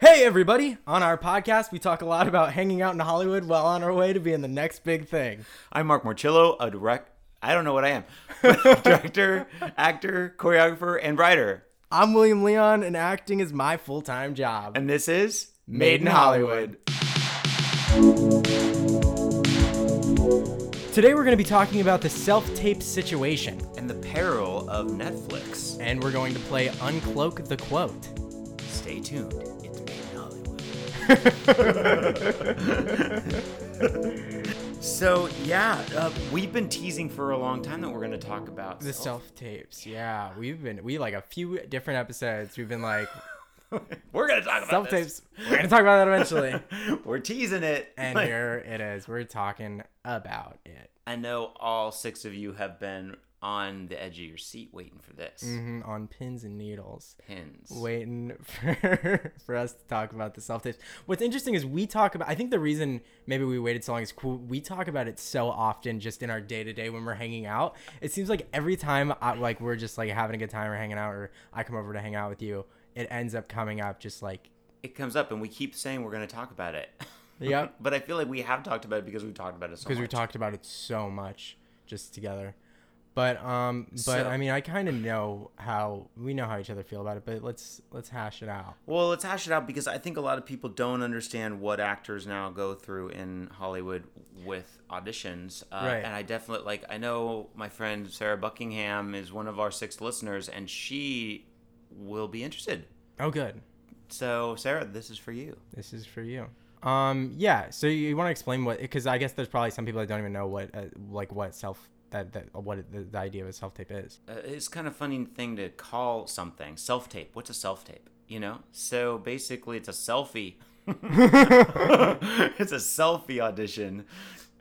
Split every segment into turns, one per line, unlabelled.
Hey, everybody! On our podcast, we talk a lot about hanging out in Hollywood while on our way to being the next big thing.
I'm Mark Morchillo, a direct. I don't know what I am. Director, actor, choreographer, and writer.
I'm William Leon, and acting is my full time job.
And this is
Made in Hollywood. Today, we're going to be talking about the self tape situation,
and the peril of Netflix.
and we're going to play Uncloak the Quote.
Stay tuned. It's Made in Hollywood. so yeah, uh, we've been teasing for a long time that we're going to talk about
The self tapes, yeah. We've been, we like a few different episodes, we've been like,
We're going to talk about
self
this.
tapes. We're going to talk about that eventually.
We're teasing it.
And
Like,
here it is. We're talking about it.
I know all six of you have been on the edge of your seat waiting for this.
hmm on pins and needles,
Pins.
waiting for for us to talk about the self tapes. What's interesting is we talk about. I think the reason maybe we waited so long is cool. We talk about it so often, just in our day to day when we're hanging out. It seems like every time, I, like we're just like having a good time or hanging out, or I come over to hang out with you, it ends up coming up just like,
It comes up, and we keep saying we're going to talk about it.
Yep.
but I feel like we have talked about it because we've talked about it so much.
because we've talked about it so much just together. But um, but
So-
I mean, I kind of know how we know how each other feel about it. But let's let's hash it out.
Well, let's hash it out because I think a lot of people don't understand what actors now go through in Hollywood with auditions. Uh,
Right.
And I definitely, like, I know my friend Sarah Buckingham is one of our six listeners, and she will be interested.
Oh, good.
So, Sarah, this is for you.
This is for you. Um, yeah. So you, want to explain what? Because I guess there's probably some people that don't even know what, uh, like, what self that that what it- the, the idea of a self tape is.
uh, it's kind of funny thing to call something self tape. What's a self tape? You know. So basically, it's a selfie. it's a selfie audition.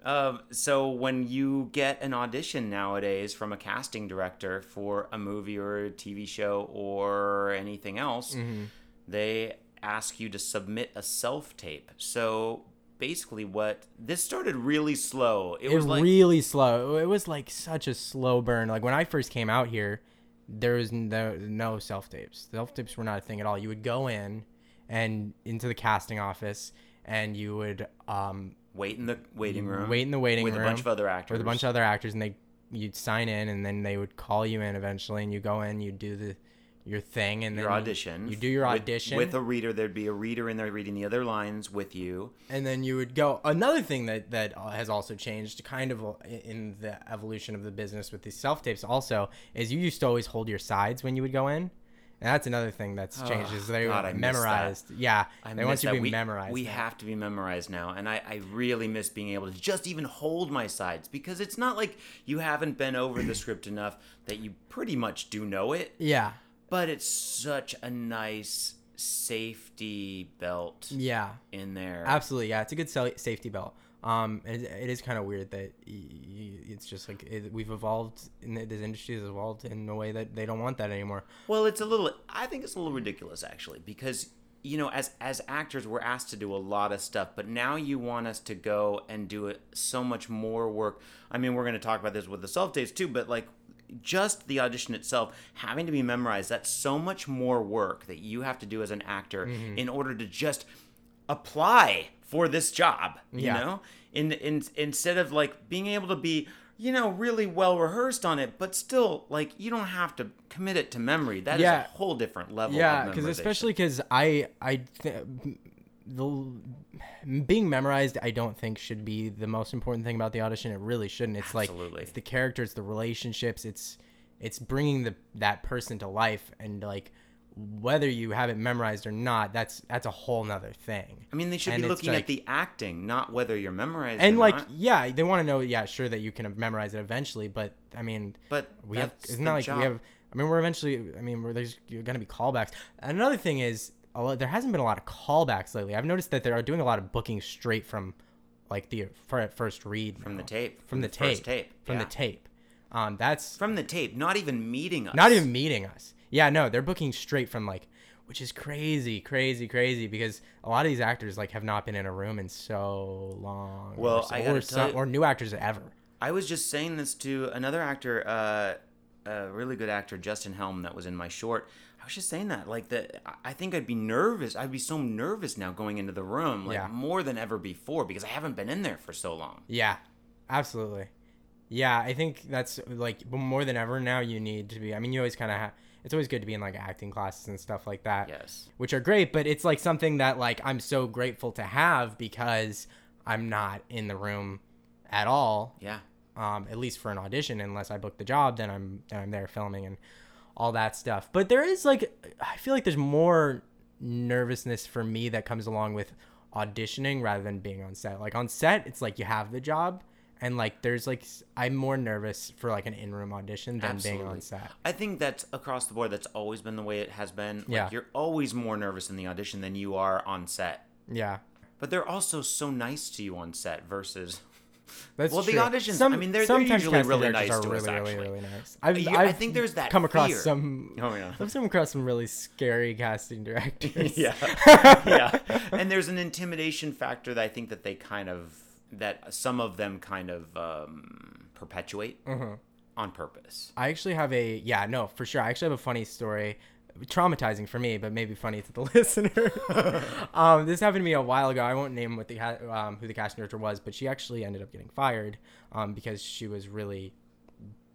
Um, so when you get an audition nowadays from a casting director for a movie or a TV show or anything else,
Mm-hmm.
they ask you to submit a self tape. So basically, what this started really slow. It,
It was
was like
really slow. It was like such a slow burn. Like when I first came out here, there was no no self tapes. Self tapes were not a thing at all. You would go in and into the casting office, and you would um
wait in the waiting room.
wait in the waiting
with
room
a bunch of other actors.
with a bunch of other actors, and they you'd sign in, and then they would call you in eventually, and you go in, you do the your thing, and
your
then you-
audition.
You, do your
with-
audition,
with a reader. There'd be a reader in there reading the other lines with you.
and then you would go. Another thing that that uh, has also changed, kind of uh, in the evolution of the business with these self tapes, also is you used to always hold your sides when you would go in. And that's another thing that's changed is they
God,
were
I miss that.
memorized. Yeah,
I
they want
miss
you
that.
to be
we,
memorized.
We
now.
have to be memorized now, and I, I really miss being able to just even hold my sides because it's not like you haven't been over the script enough that you pretty much do know it.
yeah,
But it's such a nice safety belt
yeah.
in there.
Absolutely, yeah. It's a good sel- safety belt. Um, it, it is kind of weird that y- y- it's just like it, we've evolved, and this industry has evolved in a way that they don't want that anymore.
Well, it's a little. I think it's a little ridiculous actually, because you know, as as actors, we're asked to do a lot of stuff, but now you want us to go and do it, so much more work. I mean, we're going to talk about this with the self tapes too, but like just the audition itself having to be memorized that's so much more work that you have to do as an actor in order to just apply for this job you
Yeah.
know in, in instead of like being able to be you know really well rehearsed on it but still like you don't have to commit it to memory That is
Yeah.
a whole different level
Yeah,
of
because
memorization.
especially because I, I, th- the being memorized, I don't think should be the most important thing about the audition. It really shouldn't. It's like
Absolutely.
it's the character, it's the relationships, it's it's bringing the that person to life, and like whether you have it memorized or not, that's that's a whole nother thing.
i mean they should
and
be
it's
looking
like-
at the acting not whether you're memorized
and
or
like
not,
yeah they want to know yeah sure that you can memorize it eventually but i mean
but
we have
that's
isn't
the
that like
job.
we have i mean we're eventually i mean we're, there's you're gonna be callbacks another thing is a lot, there hasn't been a lot of callbacks lately i've noticed that they are doing a lot of booking straight from like the fir- first read
from the
now.
tape
Oh, from the, tape
first tape
from
yeah.
the tape um that's
from the tape not even meeting us
not even meeting us. Yeah, no, they're booking straight from like, which is crazy, crazy, crazy because a lot of these actors like have not been in a room in so long.
Well,
or, so-
I gotta
or, some-
tell you-
or new actors ever.
I was just saying this to another actor, uh, a really good actor, Justin Helm, that was in my short. I was just saying that, like that. I- I think I'd be nervous. I'd be so nervous now going into the room, like
Yeah.
more than ever before, because I haven't been in there for so long.
Yeah, absolutely. Yeah, I think that's like more than ever now. You need to be. I mean, you always kind of. Ha- it's always good to be in like acting classes and stuff like that.
Yes.
which are great, but it's like something that like I'm so grateful to have because I'm not in the room at all.
Yeah.
Um, at least for an audition, unless I book the job, then I'm then I'm there filming and all that stuff. But there is like I feel like there's more nervousness for me that comes along with auditioning rather than being on set. Like on set, it's like you have the job and like there's like s- I'm more nervous for like an in-room audition than being on
Absolutely.
set.
I think that's across the board. That's always been the way it has been. Like,
Yeah.
You're always more nervous in the audition than you are on set.
Yeah.
But they're also so nice to you on set versus.
That's
Well, the
true.
auditions- I mean, they're- they're
sometimes
usually
casting
really
directors
nice
are
to us,
really, really,
actually.
really nice. I've,
You- I
I've
think there's that
come across
fear.
some.
Oh, yeah.
I've come across some really scary casting directors.
yeah. yeah. And there's an intimidation factor that I think that they kind of, that some of them kind of um, perpetuate
Mm-hmm.
on purpose.
I actually have a yeah no for sure. I actually have a funny story, traumatizing for me, but maybe funny to the listener. um, this happened to me a while ago. I won't name what the ca- um, who the casting director was, but she actually ended up getting fired um, because she was really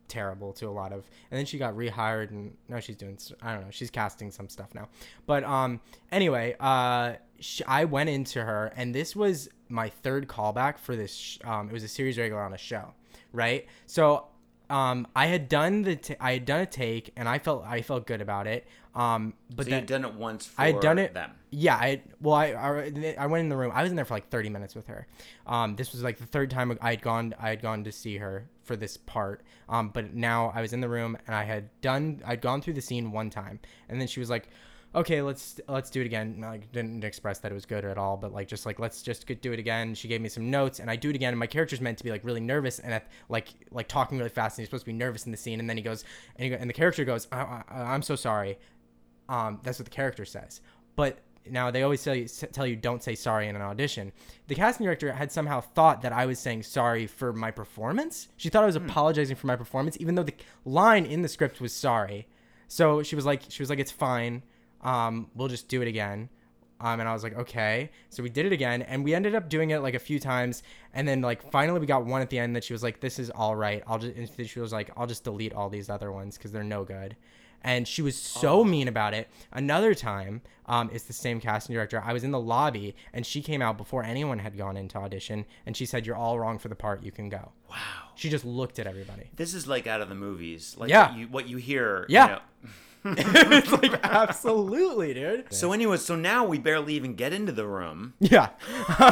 terrible to a lot of and then she got rehired and now she's doing s- i don't know she's casting some stuff now but um anyway uh sh i went into her and this was my third callback for this sh- um it was a series regular on a show right so um i had done the t- i had done a take and i felt i felt good about it um but
So
then
you've done it once for
I had done it.
them.
Yeah, I well, I, I I went in the room. I was in there for like thirty minutes with her. Um, this was like the third time I had gone. I had gone to see her for this part. Um, but now I was in the room and I had done. I'd gone through the scene one time, and then she was like, "Okay, let's let's do it again." And I didn't express that it was good at all, but like just like let's just get, do it again. She gave me some notes, and I do it again. And my character's meant to be like really nervous and at, like like talking really fast, and he's supposed to be nervous in the scene. And then he goes, and, he, go- and the character goes, I, I, "I'm so sorry." Um, that's what the character says. But now they always tell you s- tell you don't say sorry in an audition. The casting director had somehow thought that I was saying sorry for my performance. She thought I was apologizing for my performance, even though the line in the script was sorry. So she was like, she was like, it's fine. Um, we'll just do it again. Um, and I was like, okay. So we did it again, and we ended up doing it like a few times, and then like finally we got one at the end that she was like, "This is all right. I'll just." And she was like, "I'll just delete all these other ones because they're no good." And she was so mean about it. Another time, um, it's the same casting director. I was in the lobby, and she came out before anyone had gone into audition, and she said, "You're all wrong for the part. You can go."
Wow.
She just looked at everybody.
This is like out of the movies. Like
Yeah.
what you, what you hear. you
Yeah.
know.
it's like absolutely, dude.
So anyway, so now we barely even get into the room.
Yeah,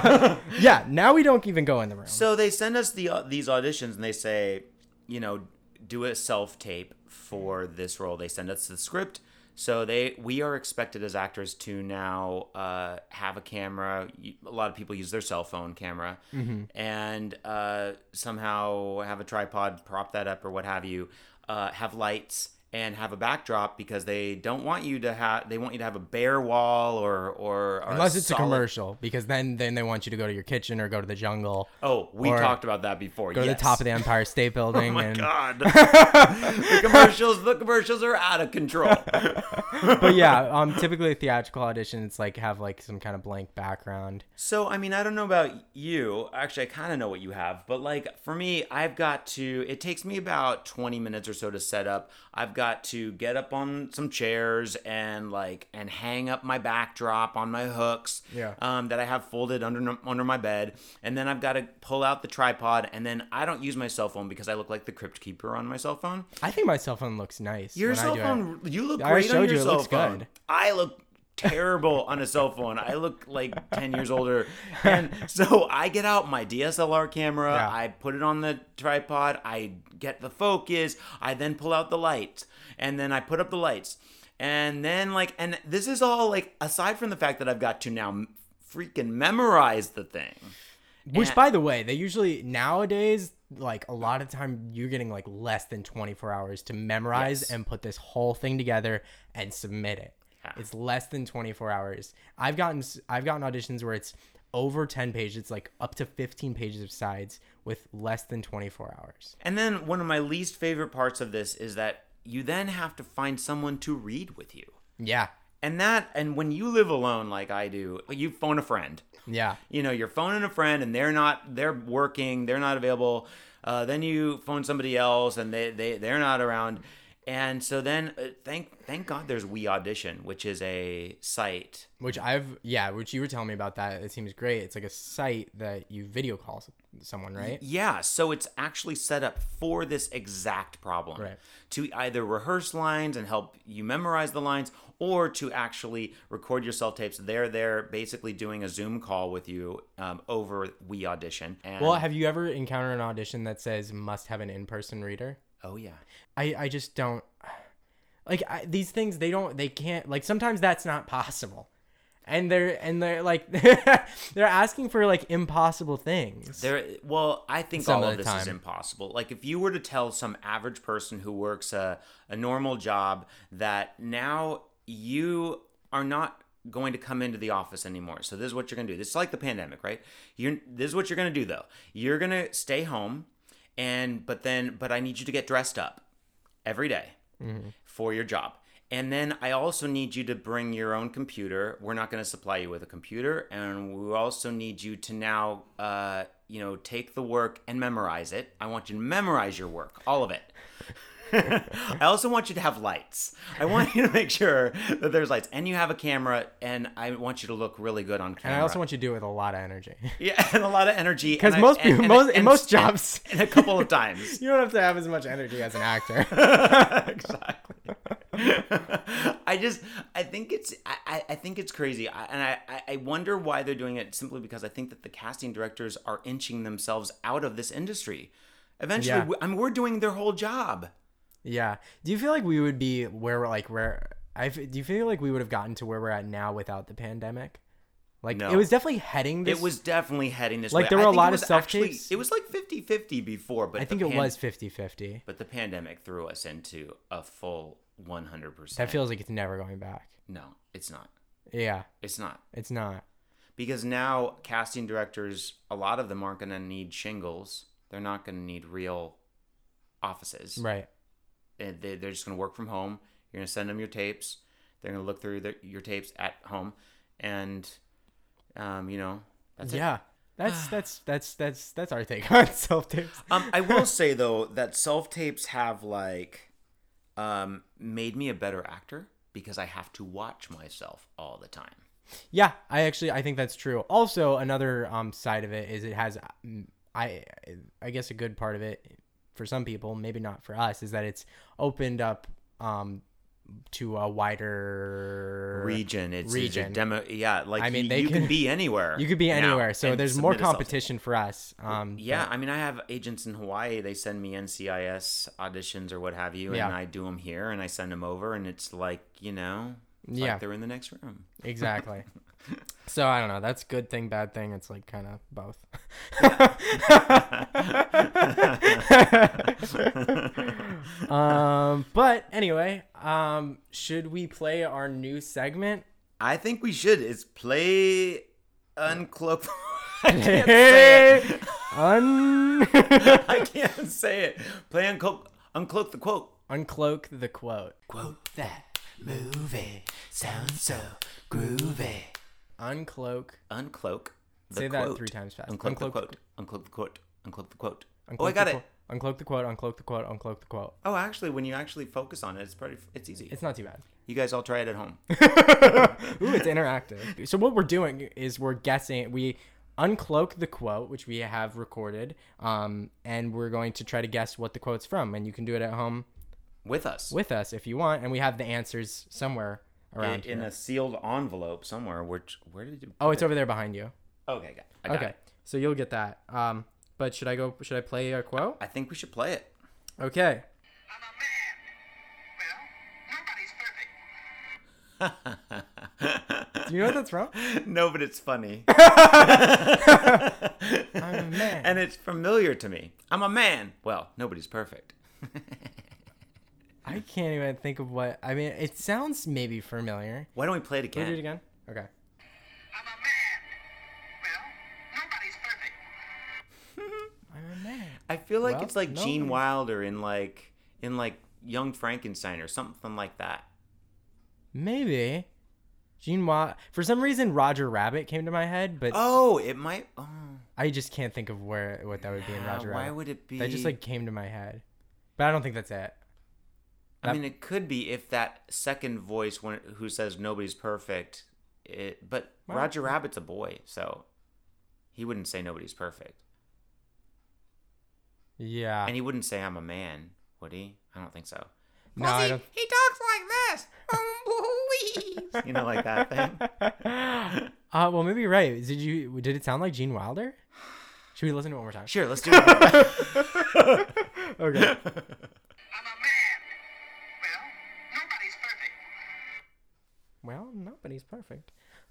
yeah. Now we don't even go in the room.
So they send us the uh, these auditions and they say, you know, do a self tape for this role. They send us the script. So they we are expected as actors to now uh, have a camera. You- A lot of people use their cell phone camera
Mm-hmm.
and uh, somehow have a tripod, prop that up or what have you. Uh, have lights and have a backdrop because they don't want you to have. They want you to have a bare wall or or, or
Unless it's a
solid-
commercial, because then then they want you to go to your kitchen or go to the jungle,
Oh, we
Or
talked about that before.
go to the top of the Empire State Building,
my
and
god. the commercials the commercials are out of control.
but yeah, um, typically a theatrical audition, it's like have like some kind of blank background.
so I mean I don't know about you. Actually I kinda know what you have, but like for me, I've got to it takes me about twenty minutes or so to set up. I've got to get up on some chairs and like and hang up my backdrop on my hooks.
Yeah.
Um, that I have folded under under my bed. And then I've got to pull out the tripod and then I don't use my cell phone because I look like the crypt keeper on my cell phone.
I think my cell phone looks nice.
Your
when I
cell
do it.
phone, you look
I
great on
showed
your
you, it
cell
looks
phone.
good.
I look terrible on a cell phone. I look like 10 years older. And so I get out my DSLR camera,
Yeah.
I put it on the tripod, I get the focus, I then pull out the lights, and then I put up the lights. And then, like, and this is all like, aside from the fact that I've got to now m- freaking memorize the thing.
Which,
And-
by the way, they usually nowadays, like a lot of time, you're getting like less than 24 hours to memorize
Yes.
and put this whole thing together and submit it.
Yeah.
It's less than 24 hours. I've gotten s- I've gotten auditions where it's over 10 pages, it's like up to 15 pages of sides with less than 24 hours.
And then one of my least favorite parts of this is that you then have to find someone to read with you.
Yeah.
And that, and when you live alone like I do, you phone a friend.
Yeah.
You know, you're phoning a friend and they're not, they're working, they're not available. Uh, then you phone somebody else and they, they, they're not around. And so then, uh, thank thank God, there's We Audition, which is a site.
Which I've yeah, which you were telling me about that. It seems great. It's like a site that you video call s- someone, right?
Yeah, so it's actually set up for this exact problem
Right.
to either rehearse lines and help you memorize the lines, or to actually record yourself tapes. They're there, basically doing a Zoom call with you um, over We Audition. And,
Well, have you ever encountered an audition that says must have an in-person reader?
oh yeah,
I I just don't like I, these things. They don't. They can't. Like sometimes that's not possible, and they're and they're like they're asking for like impossible things.
There, well, I think
Some
all
of
of
the
this is
time.
impossible. Like, if you were to tell some average person who works a, a normal job that now you are not going to come into the office anymore, so this is what you're going to do. This is like the pandemic, right? You're this is what you're going to do though. You're going to stay home, and but then, but I need you to get dressed up every day for your job. And then I also need you to bring your own computer. We're not going to supply you with a computer, and we also need you to now, uh, you know, take the work and memorize it. I want you to memorize your work, all of it. I also want you to have lights. I want you to make sure that there's lights, and you have a camera, and I want you to look really good on camera.
and I also want you to do it with a lot of energy
yeah, and a lot of energy.
because
and I-
most
and-
people,
and-
most in
and-
most jobs,
and a couple of times.
you don't have to have as much energy as an actor.
exactly. I just, I think it's, I- I, I think it's crazy, I, and I- I, I wonder why they're doing it. Simply because I think that the casting directors are inching themselves out of this industry. Eventually,
Yeah.
we, I mean, we're doing their whole job.
Yeah. Do you feel like we would be where we're like where I f- do you feel like we would have gotten to where we're at now without the pandemic? Like
No.
it was definitely heading this
It was definitely heading this
Like,
way.
there
I
were a
think it
lot of
was
self-tapes.
It was like 50-50 before, but
I
the
think it
pan-
was 50-50.
But the pandemic threw us into a full one hundred
That
percent.
feels like it's never going back.
No, it's not.
Yeah,
It's not.
it's not.
because now casting directors a lot of them aren't going to need shingles they're not going to need real offices
Right.
They- they- they're just going to work from home you're going to send them your tapes they're going to look through their, your tapes at home and um, you know that's it.
yeah. That's that's that's that's that's our take on self-tapes.
um, i will say though that self-tapes have like um, made me a better actor because i have to watch myself all the time
Yeah, I actually I think that's true. Also, another um, side of it is it has mm, I I guess a good part of it for some people, maybe not for us, is that it's opened up um, to a wider
region it's, region.
Region.
demo yeah like
I mean,
you,
they
you can,
can-
be anywhere
You could be
now
anywhere, so
and
there's more
submit a self-tape.
competition for us. Um,
Yeah, I mean, I have agents in Hawaii. They send me NCIS auditions or what have you,
Yeah.
and I do them here, and I send them over, and it's like you know, it's
Yeah.
like they're in the next room.
exactly. so I don't know. That's good thing, bad thing. It's like kind of both. um, but anyway, um, should we play our new segment?
I think we should is play uncloak. I can't say it.
Un-
I can't say it. Play uncloak. Uncloak the quote.
Uncloak the quote.
Quote that movie sounds so groovy.
Uncloak.
Uncloak. The
Say that
quote.
three times fast.
Uncloak, the
Uncloak-
quote. Uncloak the quote. Uncloak the quote.
uncloak
oh, I got
the
it.
quo- Uncloak the quote. Uncloak the quote. Uncloak the quote.
Oh, actually, when you actually focus on it, it's pretty. It's easy.
It's not too bad.
You guys all try it at home.
Ooh, it's interactive. So what we're doing is we're guessing. We uncloak the quote, which we have recorded, um, and we're going to try to guess what the quote's from. And you can do it at home
with us
with us if you want. And we have the answers somewhere
in,
around
in
here.
a sealed envelope somewhere. Which where did you?
oh, it's over there behind you.
okay. Got, I got
Okay,
it.
so you'll get that. Um, but should I go? Should I play a quote?
I think we should play it.
Okay.
I'm a man. Well, nobody's perfect.
Do you know what that's from?
no, but it's funny,
I'm a man.
and it's familiar to me. I'm a man. Well, nobody's perfect.
I can't even think of what. I mean, it sounds maybe familiar.
Why don't we play it
Can we do
again?
it again? Okay.
I'm a man. Well, nobody's perfect.
I'm a man.
I feel like
Well,
it's like
no,
Gene
nobody's-
Wilder in like in like Young Frankenstein or something like that.
Maybe. Gene Wa. For some reason, Roger Rabbit came to my head, but
Oh, it might. Oh,
I just can't think of where what that would be in
nah,
Roger
why
Rabbit.
would it be?
That just like came to my head, but I don't think that's it.
I mean, it could be if that second voice when who says nobody's perfect. It, but
Well-
Roger Rabbit's a boy, so he wouldn't say nobody's perfect,
Yeah.
and he wouldn't say I'm a man, would he? I don't think so.
No, I don't.
he talks like this. Oh, please. you know, like that thing.
Uh, well, maybe you're right. Did you? Did it sound like Gene Wilder? Should we listen to it one more time?
Sure, let's do it.
Okay.
I'm a man. Well, nobody's perfect.
well, nobody's perfect.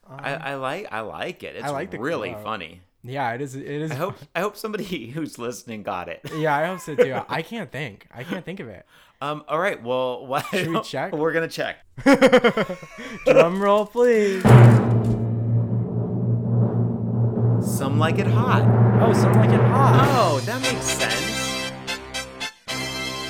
I, I like I like it. It's
like the
really
quote.
funny.
Yeah, it is. It is.
I hope I hope somebody who's listening got it.
Yeah, I hope so too. I can't think. I can't think of it.
Um. All right. Well, why
we
don't-
check?
We're gonna check.
Drum roll, please.
Some like it hot.
Oh, something like it hot.
Oh, that makes sense.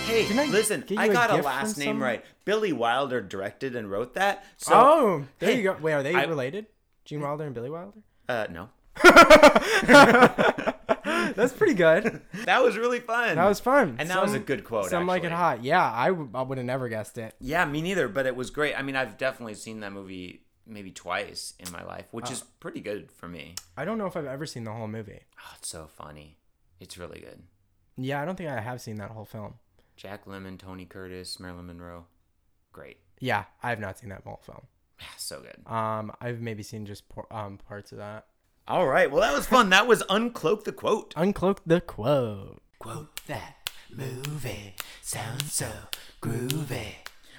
Hey,
Didn't I
listen.
get
I
you a
got a,
gift from
last name
someone?
right. Billy Wilder directed and wrote that. So,
oh, there
Hey,
you go. Wait, are they
I-
related? Gene Wilder and Billy Wilder?
Uh, no.
That's pretty good.
That was really fun.
That was fun.
And that was a good quote,
Some like it
actually.
hot. Yeah, I, w- I would have never guessed it.
Yeah, me neither. But it was great. I mean, I've definitely seen that movie maybe twice in my life, which is pretty good for me.
I don't know if I've ever seen the whole movie.
Oh, it's so funny. It's really good.
Yeah, I don't think I have seen that whole film.
Jack Lemmon, Tony Curtis, Marilyn Monroe. Great.
Yeah, I have not seen that whole film.
So good.
Um, I've maybe seen just por- um parts of that.
All right. Well, that was fun. That was Uncloak the Quote.
Uncloak the quote.
Quote that movie sounds so groovy.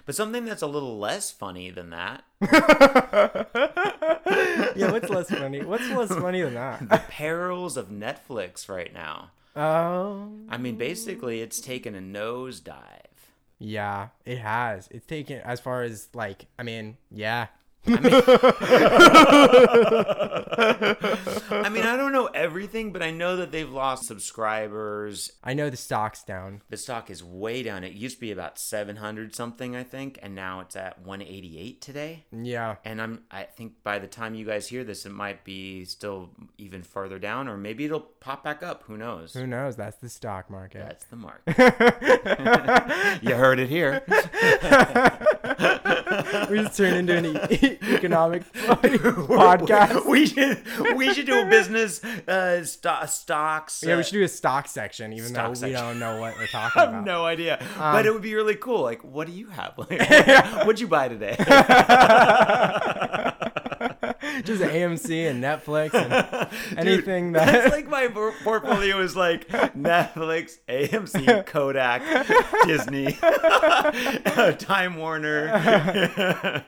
But something that's a little less funny than that
Yeah, what's less funny? What's less funny than that?
the perils of Netflix right now.
Oh,
I mean, basically, it's taken a nosedive.
yeah, it has. It's taken as far as like, I mean, yeah,
I mean, I don't know everything, but I know that they've lost subscribers.
I know the stock's down.
The stock is way down. It used to be about 700 something, I think, and now it's at 188 today.
Yeah,
and I'm I think by the time you guys hear this, it might be still even further down, or maybe it'll pop back up. Who knows?
who knows? That's the stock market.
That's the mark. you heard it here.
we just turned into an e- economic podcast.
We should we should do a business uh, sto- stocks.
Yeah,
uh,
we should do a stock section, even
Stock
though we
section.
don't know what we're talking
I have
about.
no idea, but
Um,
it would be really cool. Like, what do you have? Like, what'd you buy today?
Just AMC and Netflix and anything
That's
that.
like my por- portfolio is like Netflix, AMC, Kodak, Disney, Time Warner.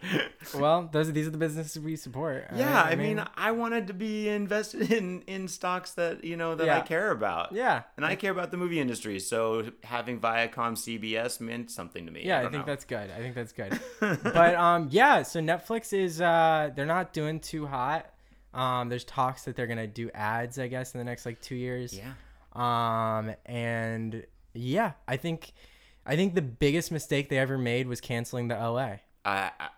well, those are these are the businesses we support. all
yeah,
right?
I mean, I wanted to be invested in in stocks that you know that I
Yeah.
care about.
yeah,
And I care about the movie industry, so having Viacom CBS meant something to me.
yeah, I,
don't
think
know.
that's good. I think that's good. but um, yeah, so Netflix is uh, they're not doing too hot. Um, there's talks that they're gonna do ads, I guess, in the next like two years.
yeah.
Um, and yeah, I think, I think the biggest mistake they ever made was canceling the LA.
I, I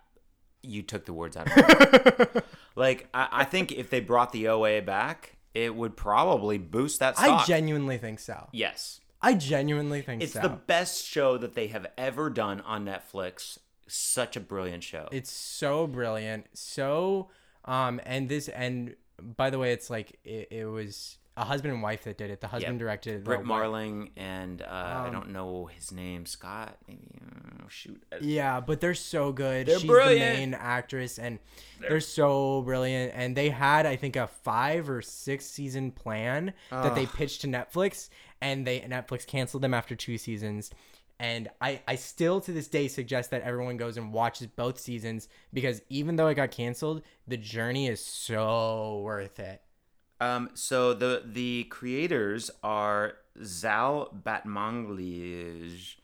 you took the words out of my mouth. like I, I think if they brought the OA back, it would probably boost that stock.
I genuinely think so.
yes.
I genuinely think
It's
so.
the best show that they have ever done on Netflix. Such a brilliant show.
it's so brilliant so um and this and by the way it's like it, it was a husband and wife that did it the husband
Yep.
directed it the
Britt
wife-
Marling and uh, I
Um,
don't know his name, Scott. Maybe oh, shoot.
yeah but they're so good
They're
she's
brilliant.
the main actress and they're, so brilliant and they had i think a five or six season plan that they pitched to netflix and they netflix canceled them after two seasons and I, I still to this day suggest that everyone goes and watches both seasons because even though it got canceled, the journey is so worth it.
Um, so the the creators are Zal Batmanglij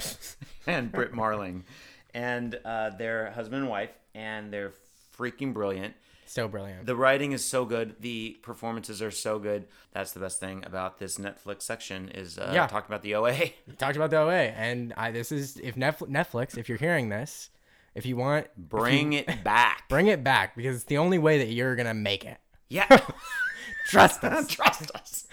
and Britt Marling, and uh, their husband and wife, and they're freaking brilliant.
So brilliant.
The writing is so good. The performances are so good. That's the best thing about this Netflix section is uh,
Yeah.
talking about the OA.
We talked about the OA, and I, this is if Netflix, Netflix, if you're hearing this, If you want,
Bring it back.
bring it back because it's the only way that you're gonna make it.
yeah.
Trust us.
Trust us.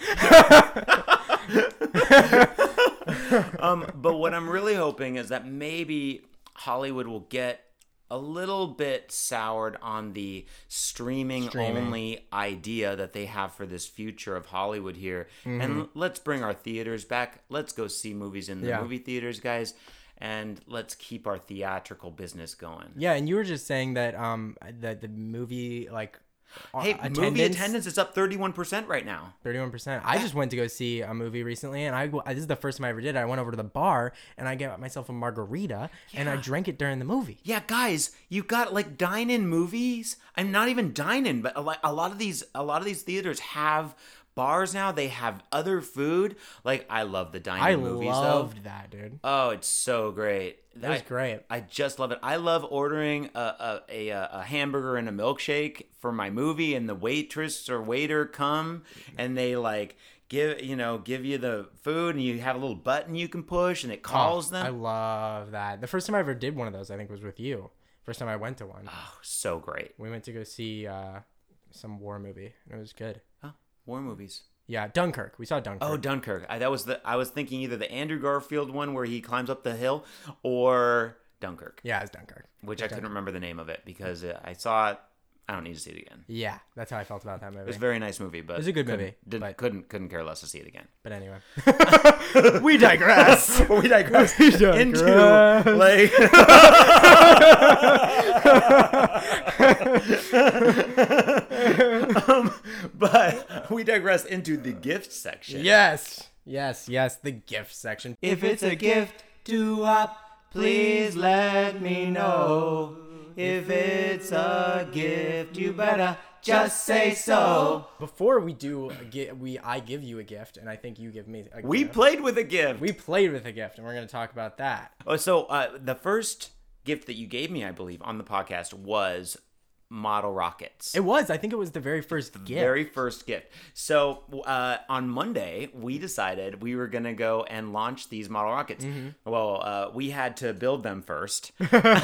um, but what I'm really hoping is that maybe Hollywood will get a little bit soured on the streaming,
Streaming.
only idea that they have for this future of Hollywood here. And l- let's bring our theaters back. Let's go see movies in the
Mm-hmm. Yeah.
movie theaters, guys. And let's keep our theatrical business going.
Yeah, and you were just saying that um that the movie like uh,
Hey, movie attendance is up 31% right now.
31%. I just went to go see a movie recently, and I this is the first time I ever did it. I went over to the bar and I got myself a margarita and I drank it during the movie.
Yeah, guys, you got like dine-in movies. I'm not even dine-in, but a lot, a lot of these, a lot of these theaters have bars now. They have other food. Like I love the dine-in
I
movies
loved that, dude.
though. Oh, it's so great.
That was
I-
great.
I just love it. I love ordering a, a, a, a hamburger and a milkshake for my movie, and the waitress or waiter come and they like give you know give you the food, and you have a little button you can push, and it calls
Oh, I
them.
love that. The first time I ever did one of those, I think, was with you. First time I went to one,
Oh, so great.
we went to go see uh, some war movie, and it was good.
Huh? War movies.
Yeah, Dunkirk. We saw Dunkirk.
Oh, Dunkirk. I, that was the. I was thinking either the Andrew Garfield one where he climbs up the hill, or Dunkirk,
yeah, it's Dunkirk.
which I couldn't remember the name of it because uh, I saw it. I don't need to see it again.
Yeah, that's how I felt about that movie.
It was a very nice movie, but it
was a good movie,
Did,
but-
Couldn't couldn't care less to see it again.
but anyway, we digress.
we digress
We
into
digress.
like um, but we digress into the gift section.
yes, yes, yes. The gift section.
If it's a gift to up, please let me know. If it's a gift, you better just say so.
Before we do, a gi- we I give you a gift, and I think you give me. A
We
gift.
played with a gift.
we played with a gift, and we're gonna talk about that.
oh, so uh, the first gift that you gave me, I believe, on the podcast was model rockets.
It was. I think it was the very first gift.
Very first gift. So uh, on Monday, we decided we were gonna go and launch these model rockets. Well, uh, we had to build them first, and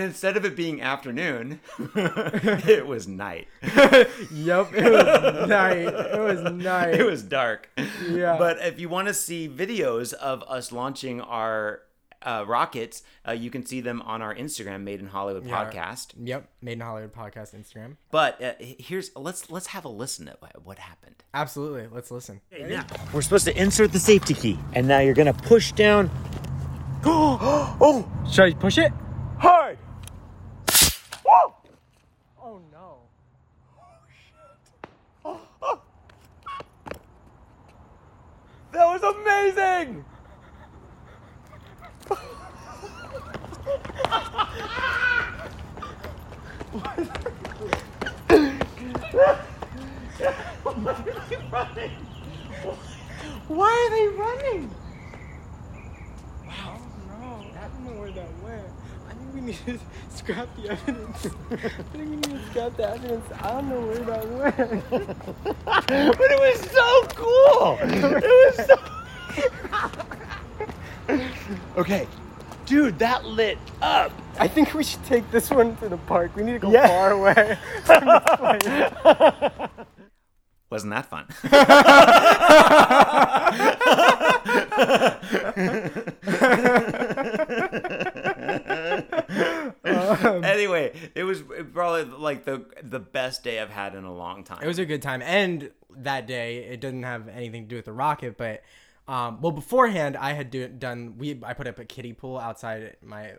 instead of it being afternoon, it was night.
Yep. It was night. It was night.
It was dark.
Yeah.
But if you want to see videos of us launching our uh, rockets, uh, you can see them on our Instagram, Made in Hollywood podcast.
Yep. Made in Hollywood podcast Instagram.
But uh, h- here's let's let's have a listen at wha- what happened.
Absolutely. Let's listen.
We're supposed to insert the safety key, and now you're gonna push down. oh! Should I push it? Hard! Whoa!
Oh no.
Oh, That was amazing! Why are they running?
I don't know where that went. I think we need to scrap the evidence. I think we need to scrap the evidence. I don't know where that went.
But it was so cool! It was so. okay. Dude, that lit up.
I think we should take this one to the park. We need to go
Yeah.
far away.
Wasn't that fun?
Um,
anyway, it was probably like the the best day I've had in a long time.
It was a good time. And that day, it doesn't have anything to do with the rocket, but um, well, beforehand, I had do, done. We I put up a kiddie pool outside my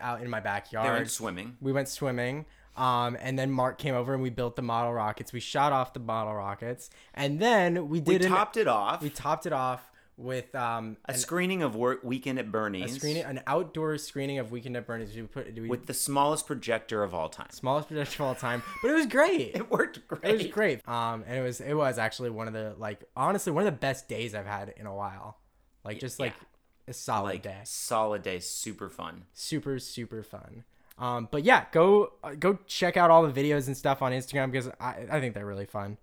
out in my backyard.
They went swimming.
We went swimming. Um, and then Mark came over and we built the model rockets. We shot off the model rockets, and then we
We
did an-
topped it off.
we topped it off with um,
a screening of work weekend at
a
Bernie's
screening, an outdoor screening of Weekend at Bernie's. We put we,
with the smallest projector of all time.
smallest projection of all time, but it was great.
It worked great.
It was great. Um, and it was it was actually one of the like honestly one of the best days I've had in a while. Like just like a solid
Like
day,
solid day, super fun.
super super fun. Um, but yeah, go uh, go check out all the videos and stuff on Instagram because I, I think they're really fun.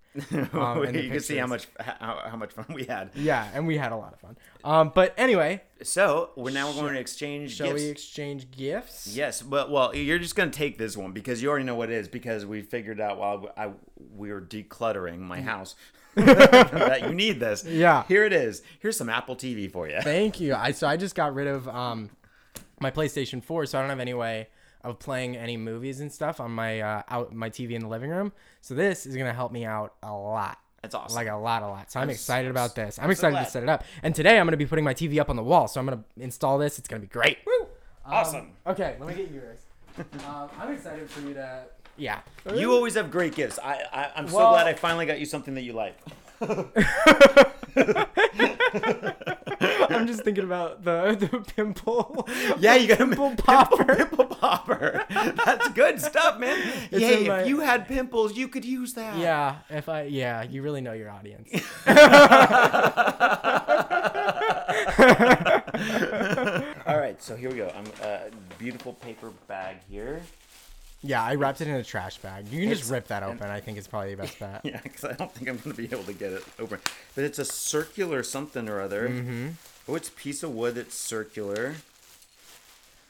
Um, and the
you can see how
pictures.
much how, how much fun we had.
Yeah, and we had a lot of fun. Um, but anyway,
So we're now going to exchange
shall
gifts.
we exchange gifts?
yes, but well, you're just gonna take this one because you already know what it is because we figured out while I we were decluttering my house that you need this.
Yeah.
here it is. Here's some Apple TV for you.
Thank you. I so I just got rid of um my PlayStation 4, so I don't have any way of playing any movies and stuff on my uh out my TV in the living room. So this is gonna help me out a lot.
That's awesome.
Like a lot, a lot. So I'm, excited
s-
about this. I'm, excited
glad.
to set it up. And today I'm gonna be putting my TV up on the wall. So I'm gonna install this. It's gonna be great. Woo!
awesome.
Okay, let me get yours. um, I'm excited for you to. Yeah.
You always have great gifts. I, I I'm so
Well-
glad I finally got you something that you like.
I'm just thinking about the the pimple.
Yeah, you got a
Pimple
pimple
popper.
popper. Pimple popper. That's good stuff, man.
It's
Yay!
in my-
If you had pimples, you could use that.
Yeah, if I yeah, you really know your audience.
All right, so here we go. I'm uh, beautiful paper bag here.
Yeah, I wrapped it in a trash bag. You can just
It's-
rip that open. I think it's probably the best bet.
Yeah, because I don't think I'm gonna be able to get it open. But it's a circular something or other. Mm-hmm. Oh, it's a piece of wood that's circular.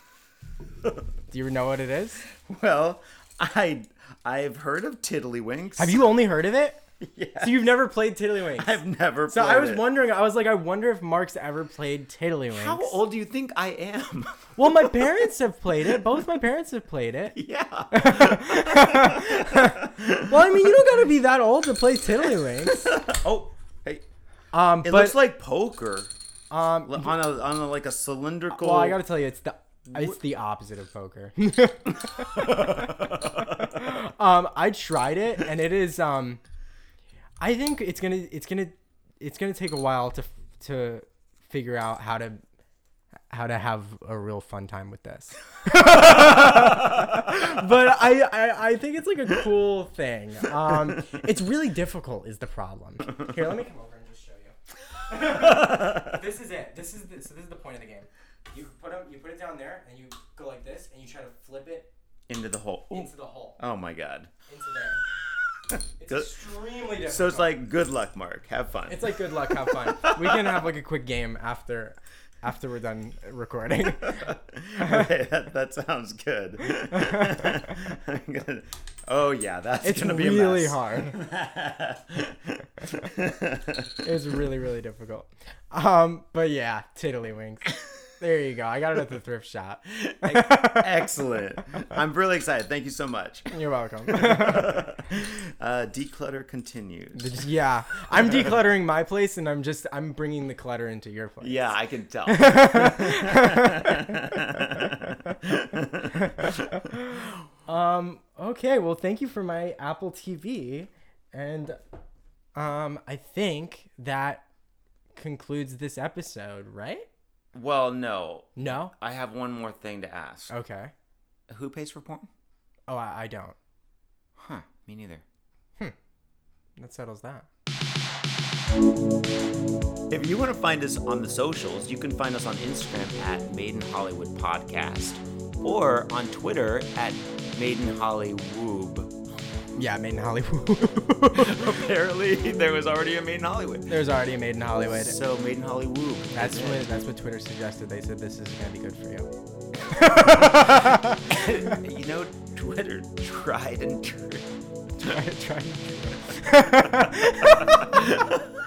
Do you know what it is?
Well, I I've heard of tiddlywinks.
Have you only heard of it?
Yeah.
So you've never played Tiddlywinks.
I've never.
so I
played
was
it.
wondering. I was like, I wonder if Mark's ever played Tiddlywinks.
How old do you think I am?
Well, my parents have played it. Both my parents have played it.
yeah.
Well, I mean, you don't gotta be that old to play Tiddlywinks.
Oh, hey.
Um,
It
but
looks like poker
um,
L- on a on a, like a cylindrical.
well, I gotta tell you, it's the it's the opposite of poker. um, I tried it, and it is um, I think it's gonna it's gonna it's gonna take a while to to figure out how to how to have a real fun time with this. but I, I I think it's like a cool thing. Um, it's really difficult is the problem. Here, let me come over and just show you. this is it. This is the, so this is the point of the game. You put it, you put it down there and you go like this and you try to flip it
into the hole. Ooh.
into the hole
Oh my god.
into there. It's
Good.
extremely difficult.
So it's like good luck, Mark. Have fun.
It's like good luck, have fun. We can have like a quick game after after we're done recording.
okay, that, that sounds good. I'm gonna- oh yeah, that's
It's
gonna be
really
a mess.
hard. It's really really difficult. Um, but yeah, tiddlywinks. There you go. I got it at the thrift shop.
Excellent. I'm really excited. Thank you so much.
You're welcome.
Uh, declutter continues.
yeah, I'm decluttering my place, and I'm just I'm bringing the clutter into your place.
Yeah, I can tell.
Um, Okay, well, thank you for my Apple TV, and um, I think that concludes this episode, right?
well, no,
No.
I have one more thing to ask.
Okay.
Who pays for porn?
Oh, I, I don't.
Huh? Me neither.
That settles that.
If you want to find us on the socials, you can find us on Instagram at Made in Hollywood Podcast or on Twitter at Made in Hollywoob.
Yeah, Made in Hollywood.
Apparently, there was already a Made in Hollywood.
There's already a Made in Hollywood.
So Made in Hollywood.
That's what that's what Twitter suggested. They said this is gonna be good for you.
you know, Twitter tried and true.
Try, try.